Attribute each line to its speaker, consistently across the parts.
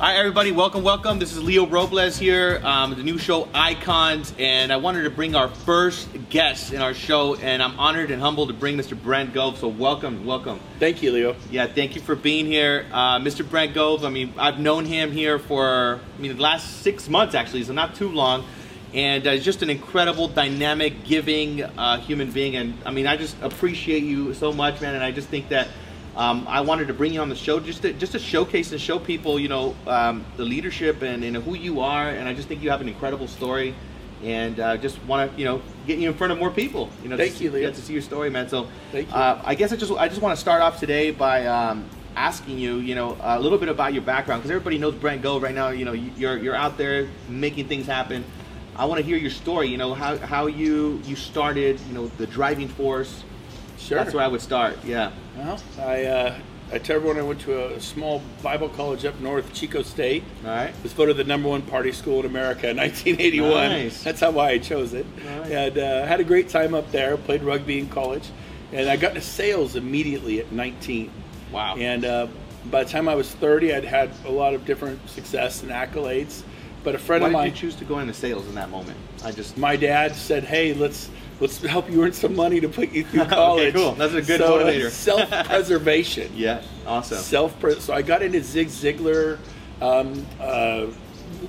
Speaker 1: everybody, welcome, welcome. This is Leo Robles here, um, the new show Icons, and I wanted to bring our first guest in our show, and I'm honored and humbled to bring Mr. Brent Gove. So welcome, welcome.
Speaker 2: Thank you, Leo.
Speaker 1: Yeah, thank you for being here, uh, Mr. Brent Gove. I mean, I've known him here for I mean the last six months actually, so not too long, and uh, he's just an incredible, dynamic, giving uh, human being. And I mean, I just appreciate you so much, man. And I just think that um, I wanted to bring you on the show just to just to showcase and show people, you know, um, the leadership and, and who you are. And I just think you have an incredible story, and uh, just want to you know get you in front of more people. You know,
Speaker 2: Thank
Speaker 1: just,
Speaker 2: you, Leo.
Speaker 1: get to see your story, man. So
Speaker 2: Thank you.
Speaker 1: Uh, I guess I just I just want to start off today by. Um, asking you you know a little bit about your background because everybody knows brent go right now you know you're you're out there making things happen i want to hear your story you know how how you you started you know the driving force
Speaker 2: Sure.
Speaker 1: that's where i would start yeah
Speaker 2: Well, I, uh, I tell everyone I went to a small Bible college up north, Chico State.
Speaker 1: all right
Speaker 2: It was voted the number one party school in America in 1981.
Speaker 1: Nice.
Speaker 2: That's how why I chose it.
Speaker 1: Nice.
Speaker 2: And uh, had a great time up there. Played rugby in college, and I got into sales immediately at 19.
Speaker 1: Wow.
Speaker 2: And uh, by the time I was 30, I'd had a lot of different success and accolades. But a friend
Speaker 1: Why
Speaker 2: of
Speaker 1: did
Speaker 2: mine,
Speaker 1: you choose to go into sales in that moment? I just
Speaker 2: my dad said, "Hey, let's let's help you earn some money to put you through college."
Speaker 1: cool. That's a good
Speaker 2: so, uh,
Speaker 1: motivator.
Speaker 2: Self preservation.
Speaker 1: yeah, awesome.
Speaker 2: Self. pres so I got into Zig Ziglar, um, uh,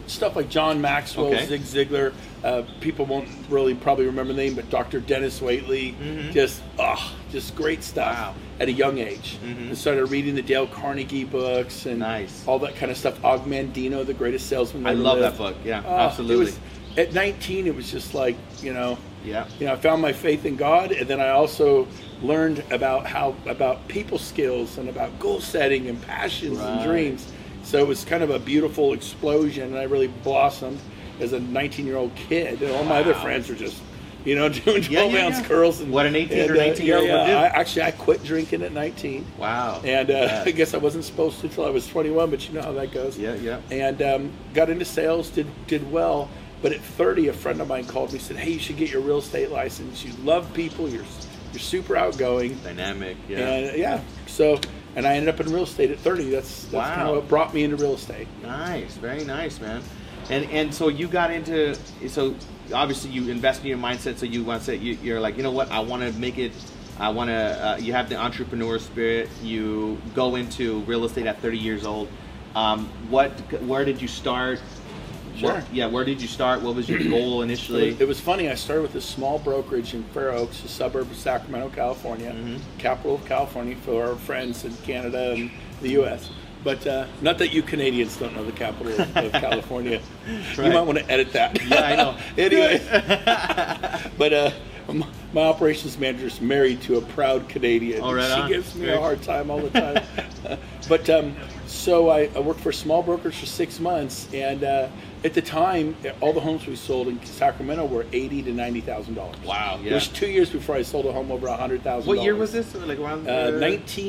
Speaker 2: stuff like John Maxwell,
Speaker 1: Okay.
Speaker 2: Zig Ziglar. Uh, people won't really probably remember the name, but Dr. Dennis Waitley. Just ah, just great stuff.
Speaker 1: Mm-hmm. Wow. Mm-hmm.
Speaker 2: At a young age, and started reading the Dale Carnegie books and
Speaker 1: Nice.
Speaker 2: all that kind of stuff. Og Mandino, the greatest salesman.
Speaker 1: I
Speaker 2: Ever
Speaker 1: love
Speaker 2: Lived.
Speaker 1: that book. Yeah,
Speaker 2: Oh, it
Speaker 1: absolutely.
Speaker 2: was- at 19, it was just like you know,
Speaker 1: yeah.
Speaker 2: you know, I found my faith in God, and then I also learned about how about people skills and about goal setting and passions
Speaker 1: Right.
Speaker 2: and dreams. So it was kind of a beautiful explosion, and I really blossomed as a 19-year-old kid. And all my other
Speaker 1: Wow.
Speaker 2: friends were just, you know, doing
Speaker 1: Yeah, yeah,
Speaker 2: 12-ounce
Speaker 1: yeah.
Speaker 2: curls. And,
Speaker 1: What an 18
Speaker 2: and,
Speaker 1: or
Speaker 2: uh,
Speaker 1: 19-year-old
Speaker 2: yeah,
Speaker 1: would do.
Speaker 2: I, actually, I quit drinking at 19.
Speaker 1: Wow.
Speaker 2: And uh,
Speaker 1: yeah.
Speaker 2: I guess I wasn't supposed to until I was 21, but you know how that goes.
Speaker 1: Yeah, yeah.
Speaker 2: And um, got into sales, did did well. But at 30, a friend of mine called me said, "Hey, you should get your real estate license. You love people. You're you're super outgoing."
Speaker 1: dynamic. Yeah.
Speaker 2: And uh, yeah, so and I ended up in real estate at 30. That's that's
Speaker 1: Wow.
Speaker 2: kind of what brought me into real estate.
Speaker 1: Nice, very nice, man. And and so you got into so obviously you invest in your mindset. So you want to say you, you're like you know what I want to make it. I want to. Uh, you have the entrepreneur spirit. You go into real estate at 30 years old. Um, what? Where did you start?
Speaker 2: Sure.
Speaker 1: What, yeah. Where did you start? What was your goal initially?
Speaker 2: It was, it was funny. I started with a small brokerage in Fair Oaks, a suburb of Sacramento, California,
Speaker 1: Mm-hmm.
Speaker 2: capital of California, for our friends in Canada and the U.S. But uh, not that you Canadians don't know the capital of, of California.
Speaker 1: right.
Speaker 2: You might want to edit that.
Speaker 1: Yeah, I know.
Speaker 2: anyway, but uh, m- my operations manager is married to a proud Canadian.
Speaker 1: Oh, right
Speaker 2: she
Speaker 1: on.
Speaker 2: gives me
Speaker 1: Very-
Speaker 2: a hard time all the time. but um, so I, I worked for a small brokerage for six months, and uh, at the time, all the homes we sold in Sacramento were eighty to ninety thousand dollars.
Speaker 1: Wow,
Speaker 2: It was
Speaker 1: yeah.
Speaker 2: two years before I sold a home over a hundred thousand.
Speaker 1: what year was this? Like around
Speaker 2: Uh,
Speaker 1: the-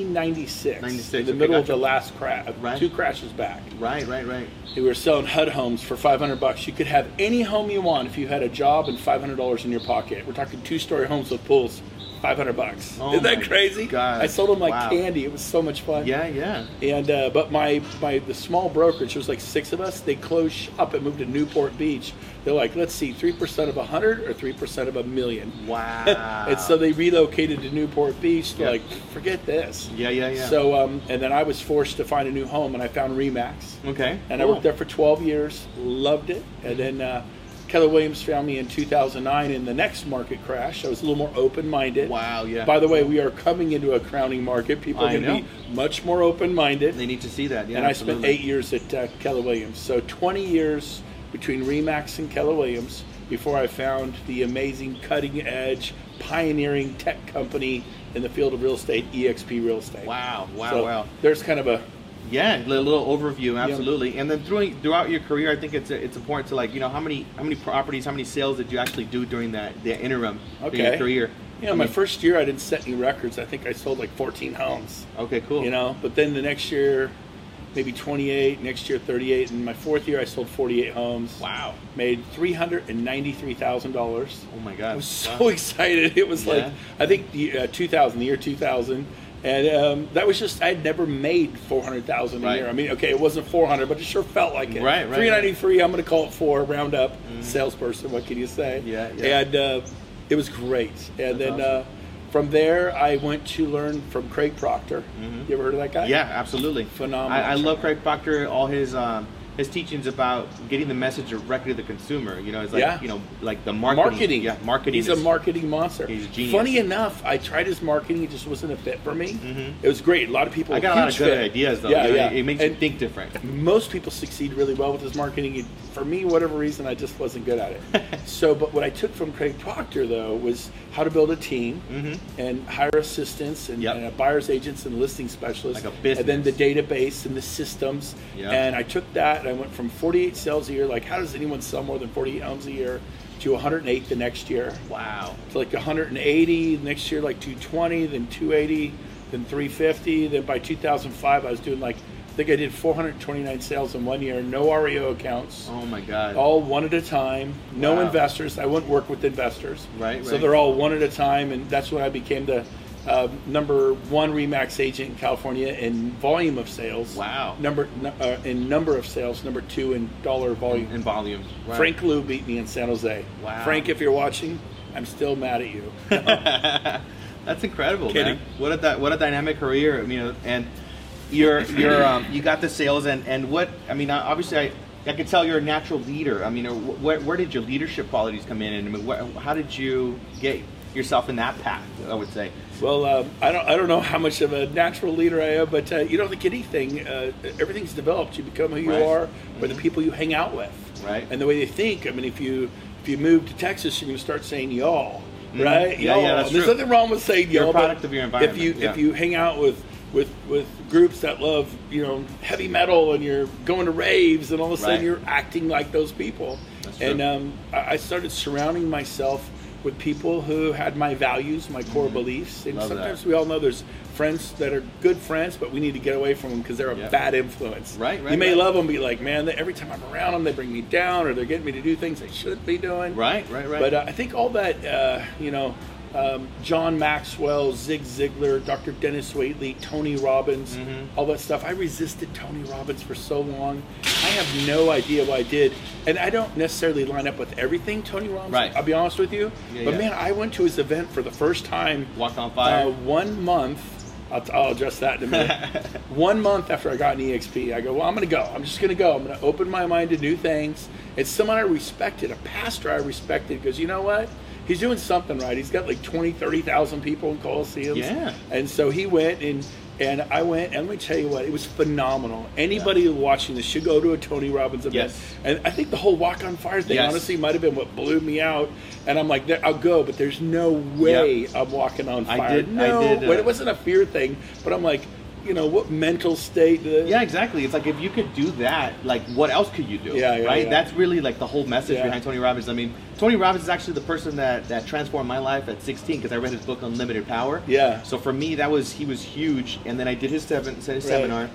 Speaker 2: 1996,
Speaker 1: 96,
Speaker 2: the
Speaker 1: okay,
Speaker 2: middle of
Speaker 1: gotcha.
Speaker 2: the last crash,
Speaker 1: Right.
Speaker 2: two crashes back.
Speaker 1: Right, right, right.
Speaker 2: They were selling HUD homes for 500 bucks. You could have any home you want if you had a job and 500 dollars in your pocket. We're talking two-story homes with pools, 500 bucks.
Speaker 1: Oh
Speaker 2: Isn't
Speaker 1: my
Speaker 2: that crazy?
Speaker 1: God.
Speaker 2: I sold them like
Speaker 1: Wow.
Speaker 2: candy. It was so much fun.
Speaker 1: Yeah, yeah.
Speaker 2: And uh, but my my the small brokerage there was like six of us. They closed shop and moved to Newport Beach. They're like, let's see, three percent of a hundred or three percent of a million.
Speaker 1: Wow.
Speaker 2: And so they relocated to Newport Beach. They're
Speaker 1: Yeah.
Speaker 2: like, forget this.
Speaker 1: Yeah, yeah, yeah.
Speaker 2: So um, and then I was forced to find a new home, and I found Remax.
Speaker 1: okay.
Speaker 2: And I
Speaker 1: Mm, cool.
Speaker 2: worked there for 12 years, loved it. And then uh, Keller Williams found me in 2009 in the next market crash. I was a little more open minded.
Speaker 1: Wow, yeah.
Speaker 2: By the way, we are coming into a crowning market. People
Speaker 1: I
Speaker 2: are going
Speaker 1: know.
Speaker 2: to be much more open minded.
Speaker 1: They need to see that. Yeah.
Speaker 2: and I spent
Speaker 1: absolutely.
Speaker 2: eight years at uh, Keller Williams. So 20 years between Remax and Keller Williams before I found the amazing, cutting edge, pioneering tech company in the field of real estate, EXP Real Estate.
Speaker 1: Wow, wow,
Speaker 2: So
Speaker 1: wow.
Speaker 2: There's kind of a
Speaker 1: Yeah, a little overview, absolutely. And then through, throughout your career, I think it's it's important to like you know how many how many properties, how many sales did you actually do during that the interim in your
Speaker 2: Okay.
Speaker 1: career?
Speaker 2: Yeah,
Speaker 1: I
Speaker 2: my
Speaker 1: mean,
Speaker 2: first year I didn't set any records. I think I sold like 14 homes.
Speaker 1: Okay, cool.
Speaker 2: You know, but then the next year, maybe 28. Next year, 38. And my fourth year, I sold 48 homes.
Speaker 1: Wow.
Speaker 2: Made 393 thousand dollars.
Speaker 1: Oh my God.
Speaker 2: I was so excited. It was
Speaker 1: Yeah.
Speaker 2: like I think the uh, 2000, the year 2000. And um, that was just I had never made four hundred thousand a
Speaker 1: Right.
Speaker 2: year. I mean, okay, it wasn't four hundred, but it sure felt like it.
Speaker 1: Right, right, right.
Speaker 2: Three ninety three. I'm going to call it four. Round up, salesperson. What can you say?
Speaker 1: Yeah, yeah.
Speaker 2: And uh, it was great.
Speaker 1: That's
Speaker 2: And then
Speaker 1: awesome.
Speaker 2: uh, from there, I went to learn from Craig Proctor. You ever heard of that guy?
Speaker 1: Mm-hmm. Yeah, absolutely.
Speaker 2: Phenomenal
Speaker 1: I, I love
Speaker 2: trainer.
Speaker 1: Craig Proctor. All his um, his teachings about getting the message directly to the consumer. You know, it's like
Speaker 2: Yeah.
Speaker 1: you know, like the marketing.
Speaker 2: marketing.
Speaker 1: Yeah, marketing.
Speaker 2: He's
Speaker 1: is-
Speaker 2: a marketing monster.
Speaker 1: he's a genius. Mm-hmm.
Speaker 2: Funny enough, I tried his marketing; it just wasn't a fit for me. It was great. A lot of people.
Speaker 1: I got a lot of
Speaker 2: huge
Speaker 1: good
Speaker 2: fit.
Speaker 1: ideas though.
Speaker 2: Yeah,
Speaker 1: You know,
Speaker 2: yeah.
Speaker 1: It, it makes you
Speaker 2: And
Speaker 1: think different.
Speaker 2: Most people succeed really well with his marketing. It- For me, whatever reason, I just wasn't good at it. so, but what I took from Craig Proctor though was how to build a team and hire assistants and,
Speaker 1: Mm-hmm. Yep.
Speaker 2: and a buyers agents and listing specialists,
Speaker 1: Like a
Speaker 2: and then the
Speaker 1: business.
Speaker 2: database and the systems.
Speaker 1: Yep.
Speaker 2: And I took that and I went from 48 sales a year, like how does anyone sell more than 48 homes a year, to 108 the next year
Speaker 1: Wow.
Speaker 2: to like 180 next year like 220 then 280 then 350 then by 2005 i was doing like i think i did 429 sales in one year no reo accounts
Speaker 1: Oh my God.
Speaker 2: all one at a time no
Speaker 1: Wow.
Speaker 2: investors i wouldn't work with investors
Speaker 1: Right,
Speaker 2: so
Speaker 1: right.
Speaker 2: they're all one at a time and that's when i became the uh, number one remax agent in california in volume of sales
Speaker 1: Wow.
Speaker 2: number nu- uh, in number of sales number two in dollar volume
Speaker 1: in volume. Wow.
Speaker 2: Frank Lou beat me in San Jose.
Speaker 1: Wow.
Speaker 2: Frank, if you're watching, I'm still mad at you.
Speaker 1: That's incredible,
Speaker 2: Kidding.
Speaker 1: man. What a di- what a dynamic career. I mean, and you're you're um, you got the sales and and what I mean. I- Obviously, I I could tell you're a natural leader. I mean, or wh- where where did your leadership qualities come in, and I mean, wh- how did you get yourself in that path? I would say.
Speaker 2: well, um, I don't I don't know how much of a natural leader I am, but uh, you don't think anything. Uh, everything's developed. You become who you
Speaker 1: Right. Mm-hmm.
Speaker 2: are, or the people you hang out with,
Speaker 1: Right.
Speaker 2: And the way they think. I mean, if you if you move to Texas, you're going to start saying y'all,
Speaker 1: Mhm.
Speaker 2: right?
Speaker 1: Yeah, yeah,
Speaker 2: Y'all.
Speaker 1: that's
Speaker 2: There's
Speaker 1: true.
Speaker 2: nothing wrong with saying
Speaker 1: You're a
Speaker 2: y'all. but
Speaker 1: product of your environment,
Speaker 2: If you
Speaker 1: yeah.
Speaker 2: if you hang out with with with groups that love you know heavy metal and you're going to raves and all of a sudden
Speaker 1: Right.
Speaker 2: you're acting like those people
Speaker 1: That's true.
Speaker 2: and um, I I started surrounding myself with people who had my values, my core beliefs, and
Speaker 1: Mm-hmm. Love that.
Speaker 2: sometimes we all know there's friends that are good friends, but we need to get away from them because they're a
Speaker 1: Yep.
Speaker 2: bad influence.
Speaker 1: Right, right,
Speaker 2: You may
Speaker 1: right.
Speaker 2: love them, be like, man, they, every time I'm around them, they bring me down, or they're getting me to do things I shouldn't be doing.
Speaker 1: Right, right, right.
Speaker 2: But uh, I think all that, uh, you know, um, John Maxwell, Zig Ziglar, Dr. Dennis Waitley, Tony Robbins,
Speaker 1: Mm-hmm.
Speaker 2: all that stuff. I resisted Tony Robbins for so long. I have no idea what I did. And I don't necessarily line up with everything Tony Robbins.
Speaker 1: Right.
Speaker 2: I'll be honest with you.
Speaker 1: Yeah,
Speaker 2: but
Speaker 1: yeah.
Speaker 2: man, I went to his event for the first time.
Speaker 1: Walked on fire.
Speaker 2: Uh, one month. I'll, I'll address that in a minute. one month after I got an EXP, I go, well, I'm going to go. I'm just going to go. I'm going to open my mind to new things. It's someone I respected, a pastor I respected, because you know what? He's doing something right. He's got like 20, 30,000 people in Coliseums.
Speaker 1: Yeah.
Speaker 2: And so he went and and I went, and let me tell you what, it was phenomenal. Anybody watching this should go to a Tony Robbins event.
Speaker 1: Yes.
Speaker 2: And I think the whole walk on fire thing,
Speaker 1: Yes.
Speaker 2: honestly, might have been what blew me out. And I'm like, I'll go, but there's no way I'm walking on
Speaker 1: I
Speaker 2: fire.
Speaker 1: did- I
Speaker 2: no,
Speaker 1: did, uh,
Speaker 2: but it wasn't a fear thing. But I'm like, you know, what mental state? Uh,
Speaker 1: Yeah, exactly. It's like if you could do that, like what else could you do?
Speaker 2: Yeah, yeah,
Speaker 1: right.
Speaker 2: yeah.
Speaker 1: That's really like the whole message
Speaker 2: Yeah.
Speaker 1: behind Tony Robbins. I mean, Tony Robbins is actually the person that that transformed my life at 16 because I read his book Unlimited Power.
Speaker 2: Yeah.
Speaker 1: So for me, that was he was huge, and then I did his, seven, his seminar.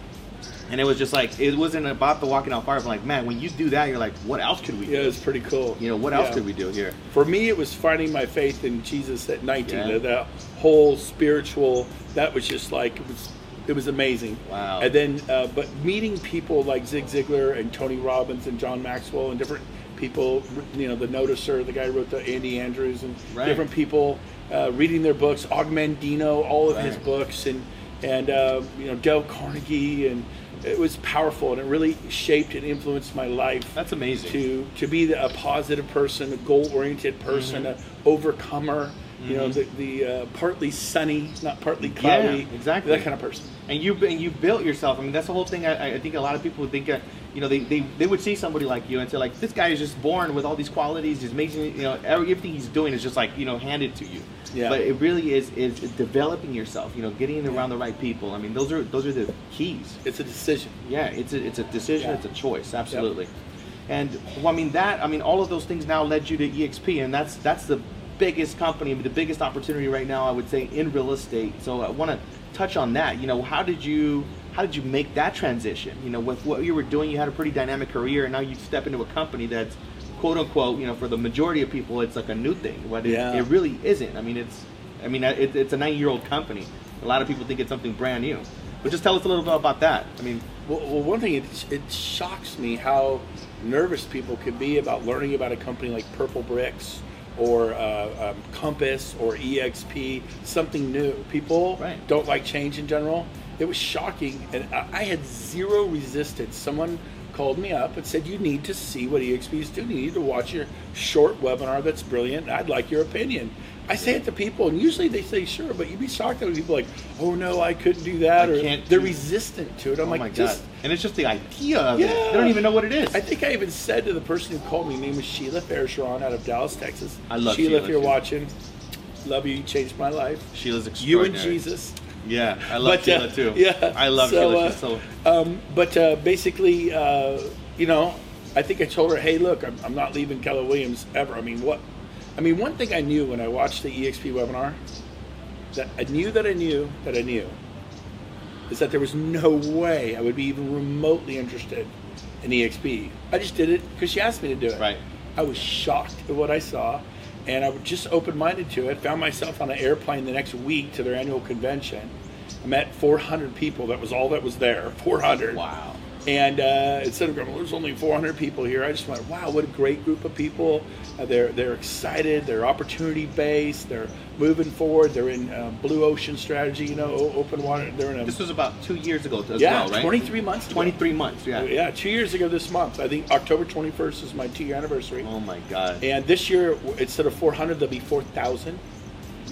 Speaker 1: And it was just like it wasn't about the walking on fire. But like, man, when you do that, you're like, what else could we do?
Speaker 2: Yeah, it's pretty cool.
Speaker 1: You know, what else
Speaker 2: Yeah.
Speaker 1: could we do here?
Speaker 2: For me, it was finding my faith in Jesus at 19.
Speaker 1: Yeah.
Speaker 2: That- That whole spiritual, that was just like, it was, it was amazing.
Speaker 1: Wow.
Speaker 2: And then, uh, but meeting people like Zig Ziglar and Tony Robbins and John Maxwell and different people, you know, the Noticer, the guy who wrote the Andy Andrews and
Speaker 1: Right.
Speaker 2: different people, uh, reading their books, Ogmandino, all of his
Speaker 1: Right.
Speaker 2: books, and, and uh, you know, Dale Carnegie. And it was powerful and it really shaped and influenced my life
Speaker 1: That's amazing.
Speaker 2: to to be the, a positive person, a goal-oriented person, a overcomer. You know, the, the uh, partly sunny, not partly cloudy.
Speaker 1: exactly.
Speaker 2: That kind of person.
Speaker 1: and you and you built yourself. I mean, that's the whole thing. I, I think a lot of people would think, uh, you know, they, they, they would see somebody like you and say, like, this guy is just born with all these qualities. He's amazing. You know, every- everything he's doing is just like you know handed to you.
Speaker 2: Yeah.
Speaker 1: But it really is is developing yourself. You know, getting around the right people. I mean, those are those are the keys.
Speaker 2: It's a decision.
Speaker 1: Yeah, it's a, it's a decision.
Speaker 2: Yeah.
Speaker 1: It's a choice. Absolutely. And well, I mean that. I mean all of those things now led you to EXP, and that's that's the biggest company, the biggest opportunity right now. I would say in real estate. So I want to touch on that. You know, how did you how did you make that transition? You know, with what you were doing, you had a pretty dynamic career, and now you step into a company that's quote unquote. You know, for the majority of people, it's like a new thing. But it,
Speaker 2: Yeah.
Speaker 1: it really isn't. I mean, it's I mean it, it's a nine year old company. A lot of people think it's something brand new. But just tell us a little bit about that. I mean,
Speaker 2: Well, well one thing, it, it shocks me how nervous people can be about learning about a company like Purple Bricks or uh, um, Compass or EXP, something new. People
Speaker 1: Right.
Speaker 2: don't like change in general. It was shocking, and I, I had zero resistance. Someone called me up and said, You need to see what EXP is doing. You need to watch your short webinar that's brilliant. I'd like your opinion. I say it to people, and usually they say, Sure, but you'd be shocked at people like, Oh no, I couldn't do that,
Speaker 1: I
Speaker 2: or
Speaker 1: can't
Speaker 2: they're
Speaker 1: do-
Speaker 2: resistant to it. I'm
Speaker 1: oh
Speaker 2: like,
Speaker 1: my
Speaker 2: just,
Speaker 1: god! And it's just the idea of it.
Speaker 2: Yeah.
Speaker 1: They don't even know what it is.
Speaker 2: I think I even said to the person who called me, her name was Sheila Faircheron out of Dallas, Texas.
Speaker 1: I love
Speaker 2: Sheila.
Speaker 1: Sheila,
Speaker 2: if you're
Speaker 1: too.
Speaker 2: watching, love you. You changed my life.
Speaker 1: Sheila's
Speaker 2: You
Speaker 1: extraordinary.
Speaker 2: and Jesus.
Speaker 1: Yeah, I love
Speaker 2: But, uh,
Speaker 1: Sheila too.
Speaker 2: yeah,
Speaker 1: I love
Speaker 2: so,
Speaker 1: Sheila.
Speaker 2: uh,
Speaker 1: She's so
Speaker 2: Um, but uh, basically, uh, you know, I think I told her, hey, look, I'm, I'm not leaving Keller Williams ever. I mean, what? I mean, one thing I knew when I watched the EXP webinar that I knew that I knew that I knew is that there was no way I would be even remotely interested in EXP. I just did it because she asked me to do it.
Speaker 1: Right.
Speaker 2: I was shocked at what I saw, and I was just open minded to it. Found myself on an airplane the next week to their annual convention. I met 400 people. That was all that was there. 400.
Speaker 1: wow.
Speaker 2: And uh, instead of going, well, there's only 400 people here, I just went, wow, what a great group of people. Uh, they're, they're excited, they're opportunity based, they're moving forward, they're in uh, blue ocean strategy, you know, o- open water. They're in a,
Speaker 1: This was about two years ago as
Speaker 2: yeah,
Speaker 1: well, right?
Speaker 2: 23 months. ago.
Speaker 1: 23 months. Yeah.
Speaker 2: Yeah, two years ago this month. I think October 21st is my two year anniversary.
Speaker 1: Oh my god.
Speaker 2: And this year, w- instead of 400, there'll be 4,000.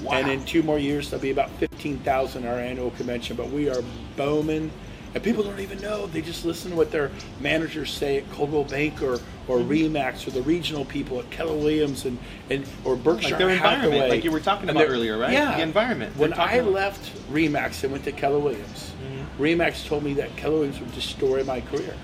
Speaker 1: Wow.
Speaker 2: And in two more years, there'll be about 15,000 our annual convention. But we are booming. And people don't even know. They just listen to what their managers say at Coldwell Bank or, or
Speaker 1: Mm-hmm.
Speaker 2: Remax or the regional people at Keller Williams and, and or Berkshire
Speaker 1: their environment,
Speaker 2: Hathaway.
Speaker 1: like you were talking
Speaker 2: And
Speaker 1: about
Speaker 2: their-
Speaker 1: earlier, right?
Speaker 2: Yeah.
Speaker 1: The environment.
Speaker 2: When
Speaker 1: They're talking
Speaker 2: I
Speaker 1: about-
Speaker 2: left Remax and went to Keller Williams,
Speaker 1: Mm-hmm.
Speaker 2: Remax told me that Keller Williams would destroy my career.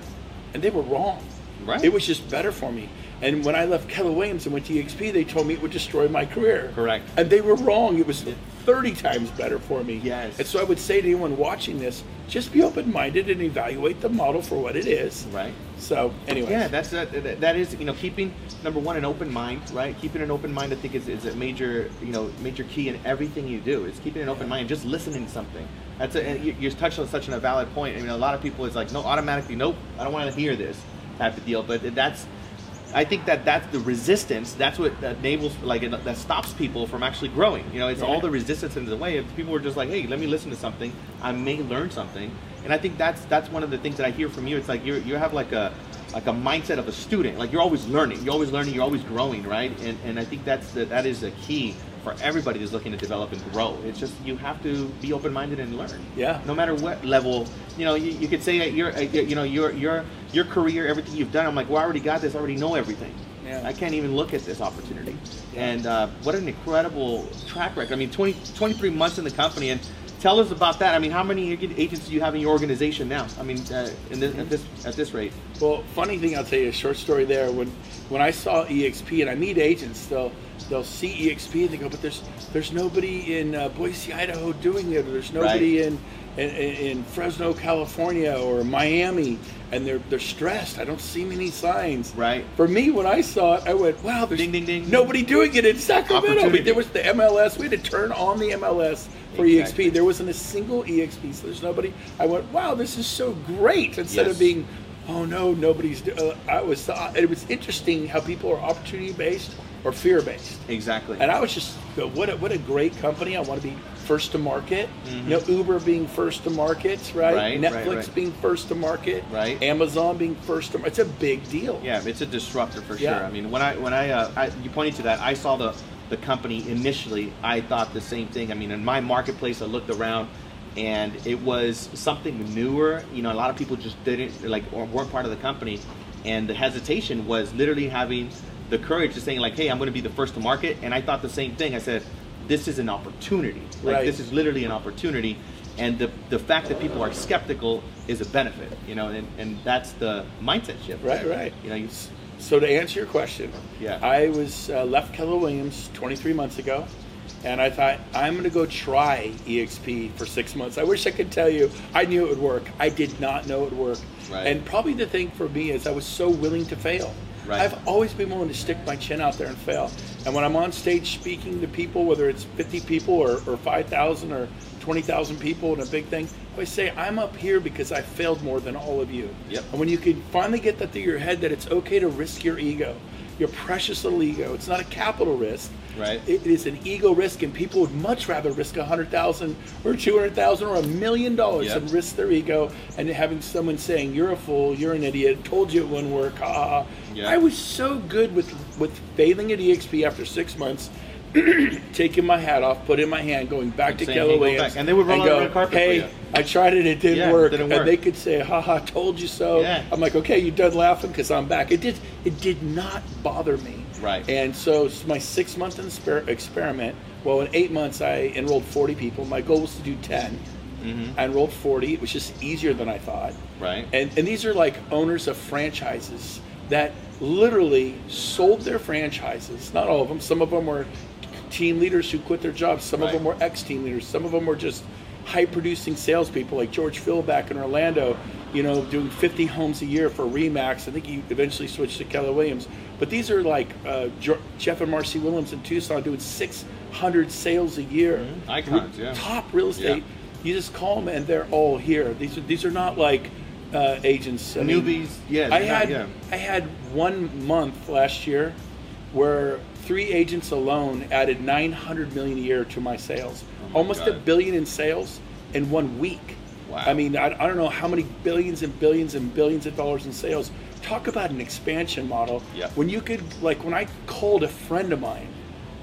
Speaker 2: And they were wrong.
Speaker 1: Right.
Speaker 2: It was just better for me. And when I left Keller Williams and went to EXP, they told me it would destroy my career.
Speaker 1: Correct.
Speaker 2: And they were wrong. It was 30 times better for me.
Speaker 1: Yes.
Speaker 2: And so I would say to anyone watching this, just be open minded and evaluate the model for what it is.
Speaker 1: right.
Speaker 2: So, anyway.
Speaker 1: Yeah, that's that. that- That is, you know, keeping number one an open mind, right? Keeping an open mind, I think, is, is a major, you know, major key in everything you do. It's keeping an open mind, just listening to something. That's a, and you- you're touched on such an, a valid point. I mean, a lot of people is like, no, automatically, nope, I don't want to hear this type of deal. But that's, I think that that's the resistance. That's what that enables, like, it- that stops people from actually growing. You know, it's all
Speaker 2: Right.
Speaker 1: the resistance in the way. If people were just like, hey, let me listen to something, I may learn something. And I think that's that's one of the things that I hear from you. It's like you you have like a like a mindset of a student. Like you're always learning. You're always learning. You're always growing, right? And and I think that's the, that is a key for everybody who's looking to develop and grow. It's just you have to be open minded and learn.
Speaker 2: Yeah.
Speaker 1: No matter what level, you know, you, you could say that your uh, you know your your your career, everything you've done. I'm like, well, I already got this. I already know everything.
Speaker 2: Yeah.
Speaker 1: I can't even look at this opportunity. And uh, what an incredible track record. I mean, 20, 23 months in the company. And tell us about that. I mean, how many ag- agents do you have in your organization now? I mean, uh, in this, at, this, at this rate.
Speaker 2: Well, funny thing, I'll tell you a short story there. When when I saw EXP and I meet agents, they'll they'll see EXP and they go, but there's there's nobody in uh, Boise, Idaho doing it, or there's nobody in, in in Fresno, California, or Miami, and they're they're stressed. I don't see many signs.
Speaker 1: Right.
Speaker 2: For me, when I saw it, I went, wow, there's
Speaker 1: Ding, ding, ding.
Speaker 2: nobody doing it in Sacramento. I
Speaker 1: Opportunity.
Speaker 2: mean, there was the MLS. We had to turn on the MLS for
Speaker 1: Exactly.
Speaker 2: EXP. There wasn't a single EXP, so there's nobody. I went, wow, this is so great. Instead
Speaker 1: Yes.
Speaker 2: of being oh no, nobody's. Do-. Uh, I was. Uh, it was interesting how people are opportunity based or fear based,
Speaker 1: Exactly.
Speaker 2: and I was just uh, what a, what a great company. I want to be first to market. You know, Uber being first to market, right?
Speaker 1: Mm-hmm. Right, right,
Speaker 2: Netflix
Speaker 1: right.
Speaker 2: being first to market,
Speaker 1: Right.
Speaker 2: Amazon being first to. mar- It's a big deal.
Speaker 1: Yeah, it's a disruptor for
Speaker 2: Yeah.
Speaker 1: sure. I mean, when I when I, uh, I you pointed to that, I saw the the company initially. I thought the same thing. I mean, in my marketplace, I looked around, and it was something newer. You know, a lot of people just didn't like or weren't part of the company, and the hesitation was literally having the courage to saying like, "Hey, I'm going to be the first to market," and I thought the same thing. I said, "This is an opportunity. Like
Speaker 2: Right.
Speaker 1: this is literally an opportunity." And the, the fact that people are skeptical is a benefit, you know, and, and that's the mindset shift.
Speaker 2: Right, right.
Speaker 1: You know, you,
Speaker 2: So to answer your question,
Speaker 1: Yeah.
Speaker 2: I was uh, left Keller Williams 23 months ago, and I thought I'm going to go try EXP for six months. I wish I could tell you I knew it would work. I did not know it would work.
Speaker 1: Right.
Speaker 2: And probably the thing for me is I was so willing to fail.
Speaker 1: Right.
Speaker 2: I've always been willing to stick my chin out there and fail. And when I'm on stage speaking to people, whether it's 50 people or, or 5,000 or 20,000 people in a big thing, I always say, I'm up here because I failed more than all of you.
Speaker 1: Yep.
Speaker 2: And when you can finally get that through your head that it's okay to risk your ego, your precious little ego, it's not a capital risk.
Speaker 1: Right.
Speaker 2: It is an ego risk, and people would much rather risk a hundred thousand or two hundred thousand or a million dollars
Speaker 1: Yeah.
Speaker 2: than risk their ego and having someone saying you're a fool, you're an idiot, told you it wouldn't work. Ha, ha, ha.
Speaker 1: Yeah.
Speaker 2: I was so good with with failing at EXP after six months, taking my hat off, put it in my hand, going back to
Speaker 1: saying, "Hey,
Speaker 2: Keller
Speaker 1: go
Speaker 2: Williams,
Speaker 1: back." And they would roll out the red carpet for
Speaker 2: hey,
Speaker 1: you.
Speaker 2: I tried it, it didn't
Speaker 1: Yeah,
Speaker 2: work,
Speaker 1: didn't work.
Speaker 2: and they could say, "Ha ha, told you so."
Speaker 1: Yeah.
Speaker 2: I'm like, okay, you're done laughing because I'm back. It did it did not bother me.
Speaker 1: Right.
Speaker 2: And so s- my six month insper- experiment, well, in eight months, I enrolled 40 people. My goal was to do 10.
Speaker 1: Mm-hmm.
Speaker 2: I enrolled 40, which is easier than I thought.
Speaker 1: Right.
Speaker 2: And, and these are like owners of franchises that literally sold their franchises. Not all of them, some of them were team leaders who quit their jobs, some
Speaker 1: Right.
Speaker 2: of them were ex team leaders, some of them were just high producing salespeople like George Phil back in Orlando, you know, doing 50 homes a year for Remax. I think he eventually switched to Keller Williams. But these are like uh, Jo- Jeff and Marcy Williams in Tucson doing 600 sales a year.
Speaker 1: Mm-hmm. Icons, yeah.
Speaker 2: Top real estate. You just call them and they're all here. These are, these are not like uh, agents. I mean,
Speaker 1: Newbies, yeah, they're
Speaker 2: I
Speaker 1: not-
Speaker 2: had
Speaker 1: yeah.
Speaker 2: I had one month last year where three agents alone added 900 million a year to my sales,
Speaker 1: Oh my
Speaker 2: almost a
Speaker 1: God.
Speaker 2: billion in sales in one week.
Speaker 1: Wow.
Speaker 2: I mean, I, I don't know how many billions and billions and billions of dollars in sales. Talk about an expansion model.
Speaker 1: Yeah.
Speaker 2: When you could, like, when I called a friend of mine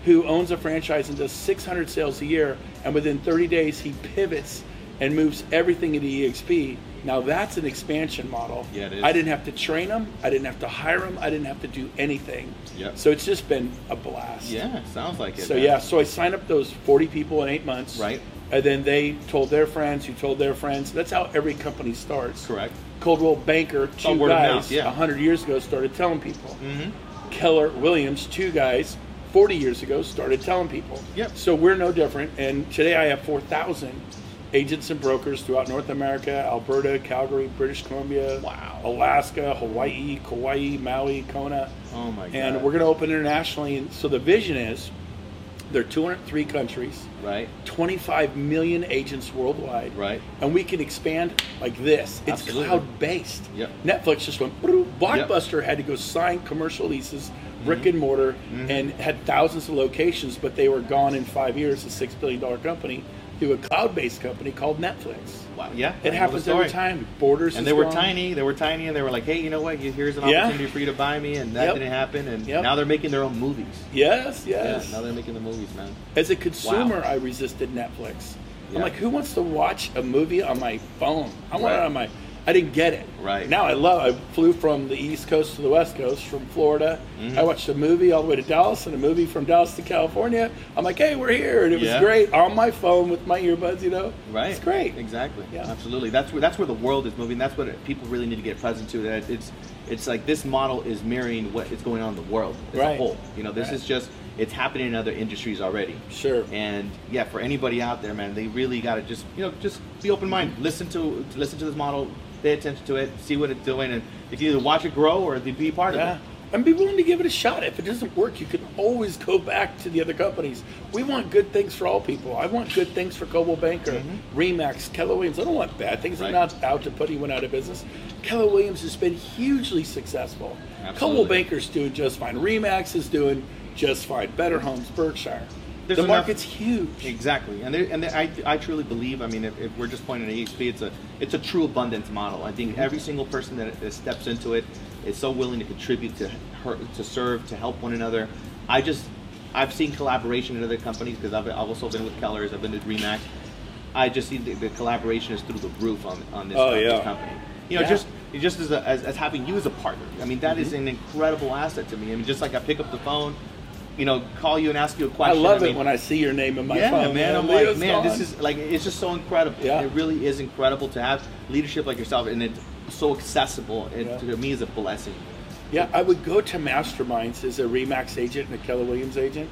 Speaker 2: who owns a franchise and does 600 sales a year, and within 30 days he pivots and moves everything into EXP. Now that's an expansion model.
Speaker 1: Yeah, it is.
Speaker 2: I didn't have to train them. I didn't have to hire them. I didn't have to do anything.
Speaker 1: Yep.
Speaker 2: So it's just been a blast.
Speaker 1: Yeah, sounds like it.
Speaker 2: So
Speaker 1: man.
Speaker 2: yeah, so I signed up those 40 people in eight months.
Speaker 1: Right.
Speaker 2: And then they told their friends, who told their friends. That's how every company starts.
Speaker 1: Correct.
Speaker 2: Coldwell Banker, two
Speaker 1: all word of mouth,
Speaker 2: guys,
Speaker 1: yeah. Mm-hmm.
Speaker 2: 100 years ago, started telling people. Keller Williams, two guys, 40 years ago, started telling people.
Speaker 1: Yep.
Speaker 2: So we're no different. And today I have 4,000 agents and brokers throughout North America, Alberta, Calgary, British Columbia,
Speaker 1: Wow.
Speaker 2: Alaska, Hawaii, Kauai, Maui, Kona.
Speaker 1: Oh my God.
Speaker 2: And we're going to open internationally. And so the vision is there are 203 countries.
Speaker 1: Right.
Speaker 2: 25 million agents worldwide.
Speaker 1: Right.
Speaker 2: And we can expand like this. It's
Speaker 1: Absolutely.
Speaker 2: cloud based.
Speaker 1: Yep.
Speaker 2: Netflix just went, "Broop." Blockbuster had to go sign commercial leases, brick
Speaker 1: Mm-hmm.
Speaker 2: and mortar, and had thousands of locations, but they were gone in five years, a $6 billion company, to a cloud based company called Netflix.
Speaker 1: Wow. Yeah. I know
Speaker 2: It
Speaker 1: the
Speaker 2: happens
Speaker 1: story.
Speaker 2: every time. Borders
Speaker 1: And
Speaker 2: is
Speaker 1: they were
Speaker 2: gone.
Speaker 1: tiny. They were tiny, and they were like, "Hey, you know what? Here's an
Speaker 2: Yeah.
Speaker 1: opportunity for you to buy me," and that
Speaker 2: Yep.
Speaker 1: didn't happen. And
Speaker 2: Yep.
Speaker 1: now they're making their own movies.
Speaker 2: Yes,
Speaker 1: Yeah.
Speaker 2: yes.
Speaker 1: Now they're making the movies, man.
Speaker 2: As a consumer,
Speaker 1: Wow.
Speaker 2: I resisted Netflix.
Speaker 1: Yeah.
Speaker 2: I'm like, who wants to watch a movie on my phone? I
Speaker 1: Right.
Speaker 2: want it on my. I didn't get it.
Speaker 1: Right.
Speaker 2: Now I love. I flew from the East Coast to the West Coast, from Florida.
Speaker 1: Mm-hmm.
Speaker 2: I watched a movie all the way to Dallas and a movie from Dallas to California. I'm like, hey, we're here, and it
Speaker 1: Yeah.
Speaker 2: was great on my phone with my earbuds. You know,
Speaker 1: Right.
Speaker 2: It's great.
Speaker 1: Exactly.
Speaker 2: Yeah.
Speaker 1: Absolutely. That's where that's where the world is moving. That's what it- people really need to get present to. That it's it's like this model is mirroring what is going on in the world as a
Speaker 2: Right.
Speaker 1: whole. You know, this
Speaker 2: Right.
Speaker 1: is just it's happening in other industries already.
Speaker 2: Sure.
Speaker 1: And yeah, for anybody out there, man, they really got to just you know just be open minded. Listen to listen to this model. Pay attention to it. See what it's doing, and it's either watch it grow or be part
Speaker 2: Yeah.
Speaker 1: of it.
Speaker 2: And be willing to give it a shot. If it doesn't work, you can always go back to the other companies. We want good things for all people. I want good things for Coble Banker, Remax, Keller Williams. I don't want bad things.
Speaker 1: Mm-hmm. Right.
Speaker 2: I'm not out to put anyone out of business. Keller Williams has been hugely successful.
Speaker 1: Absolutely.
Speaker 2: Coble Banker's doing just fine. Remax is doing just fine. Better Homes, Berkshire.
Speaker 1: There's
Speaker 2: the
Speaker 1: enough-
Speaker 2: market's huge.
Speaker 1: Exactly, and there, and there, I, I truly believe. I mean, if, if we're just pointing at EXP, it's a it's a true abundance model. I think every single person that, that steps into it is so willing to contribute to her, to serve to help one another. I just I've seen collaboration in other companies because I've, I've also been with Keller's, I've been with Remax. I just see the, the collaboration is through the roof on on this,
Speaker 2: Oh,
Speaker 1: on this
Speaker 2: yeah.
Speaker 1: company. You know,
Speaker 2: Yeah. Mm-hmm.
Speaker 1: just it just as, a, as as having you as a partner. I mean, that is an incredible asset to me. I mean, just like I pick up the phone. You know, call you and ask you a
Speaker 2: I
Speaker 1: question.
Speaker 2: love
Speaker 1: mean,
Speaker 2: it when I see your name in my
Speaker 1: yeah,
Speaker 2: phone.
Speaker 1: man. I'm like,
Speaker 2: Leo's
Speaker 1: man, this
Speaker 2: gone.
Speaker 1: is like, it's just so incredible.
Speaker 2: Yeah.
Speaker 1: It really is incredible to have leadership like yourself, and it's so accessible. It
Speaker 2: Yeah.
Speaker 1: to me is a blessing.
Speaker 2: Yeah, I would go to masterminds as a Remax agent and a Keller Williams agent,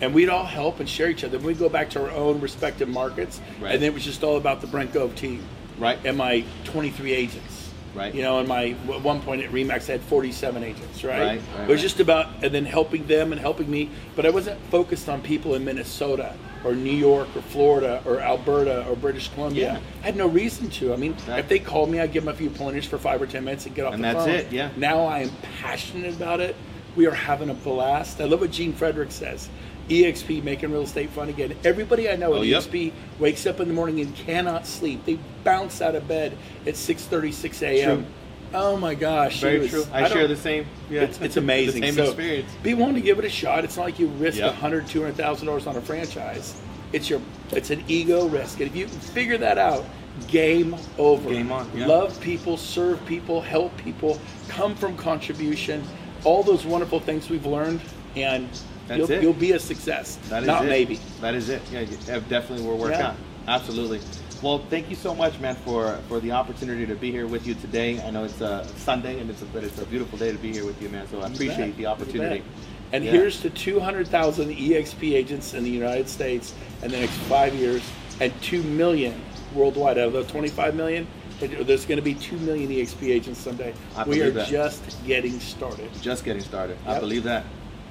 Speaker 2: and we'd all help and share each other. We'd go back to our own respective markets,
Speaker 1: Right.
Speaker 2: and it was just all about the Brent Gove team
Speaker 1: Right.
Speaker 2: and my 23 agents.
Speaker 1: Right.
Speaker 2: You know, and my at one point at Remax I had 47 agents, right?
Speaker 1: Right, right,
Speaker 2: it was
Speaker 1: right.
Speaker 2: just about and then helping them and helping me, but I wasn't focused on people in Minnesota or New York or Florida or Alberta or British Columbia.
Speaker 1: Yeah.
Speaker 2: I had no reason to. I mean,
Speaker 1: Exactly.
Speaker 2: if they called me, I'd give them a few pointers for five or ten minutes and get off
Speaker 1: And
Speaker 2: the
Speaker 1: that's
Speaker 2: phone.
Speaker 1: it, yeah.
Speaker 2: Now I am passionate about it. We are having a blast. I love what Gene Frederick says. EXP making real estate fun again. Everybody I know
Speaker 1: Oh,
Speaker 2: at
Speaker 1: yep.
Speaker 2: EXP wakes up in the morning and cannot sleep. They bounce out of bed at 6:30, 6 a.m.
Speaker 1: True.
Speaker 2: Oh my gosh!
Speaker 1: Very
Speaker 2: it was-
Speaker 1: true. I,
Speaker 2: don't-
Speaker 1: share the same. Yeah,
Speaker 2: It's, it's amazing.
Speaker 1: the same
Speaker 2: So,
Speaker 1: experience.
Speaker 2: Be willing to give it a shot. It's not like you risk
Speaker 1: Yep.
Speaker 2: a hundred, two hundred thousand dollars on a franchise. It's your, it's an ego risk, and if you can figure that out, game over.
Speaker 1: Game on, yeah.
Speaker 2: Love people, serve people, help people, come from contribution. All those wonderful things we've learned, and
Speaker 1: That's
Speaker 2: you'll,
Speaker 1: it.
Speaker 2: you'll be a success.
Speaker 1: That is
Speaker 2: not
Speaker 1: it.
Speaker 2: maybe.
Speaker 1: That is it. Yeah, it definitely will work
Speaker 2: Yeah.
Speaker 1: out. Absolutely. Well, thank you so much, man, for for the opportunity to be here with you today. I know it's uh, Sunday, and it's a, but it's a beautiful day to be here with you, man. So I
Speaker 2: You
Speaker 1: appreciate
Speaker 2: bet.
Speaker 1: the
Speaker 2: You
Speaker 1: opportunity.
Speaker 2: bet. And
Speaker 1: Yeah.
Speaker 2: here's to 200,000 EXP E agents in the United States in the next five years and 2 million worldwide. Out of the 25 million, there's going to be 2 million EXP agents someday.
Speaker 1: I
Speaker 2: we
Speaker 1: believe
Speaker 2: are
Speaker 1: that.
Speaker 2: just getting started.
Speaker 1: Just getting started. I
Speaker 2: Yep.
Speaker 1: believe that.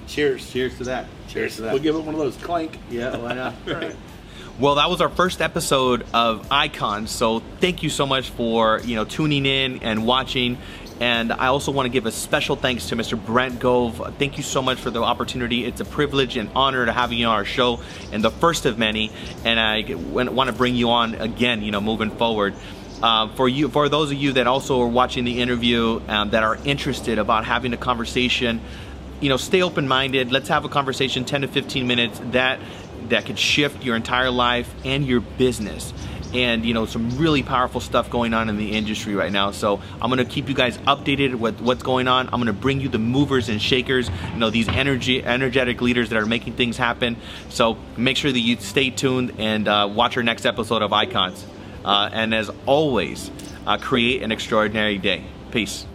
Speaker 2: Cheers.
Speaker 1: Cheers to that. to that.
Speaker 2: We'll give it one of those clank.
Speaker 1: Yeah, why not?
Speaker 2: Right.
Speaker 1: Well, that was our first episode of Icons. So thank you so much for you know tuning in and watching. And I also want to give a special thanks to Mr. Brent Gove. Thank you so much for the opportunity. It's a privilege and honor to have you on our show, and the first of many. And I want to bring you on again, you know, moving forward. Uh, for you, for those of you that also are watching the interview um, that are interested about having a conversation you know stay open-minded let's have a conversation 10 to 15 minutes that that could shift your entire life and your business and you know some really powerful stuff going on in the industry right now so i'm going to keep you guys updated with what's going on i'm going to bring you the movers and shakers you know these energy energetic leaders that are making things happen so make sure that you stay tuned and uh, watch our next episode of icons uh, and as always uh, create an extraordinary day peace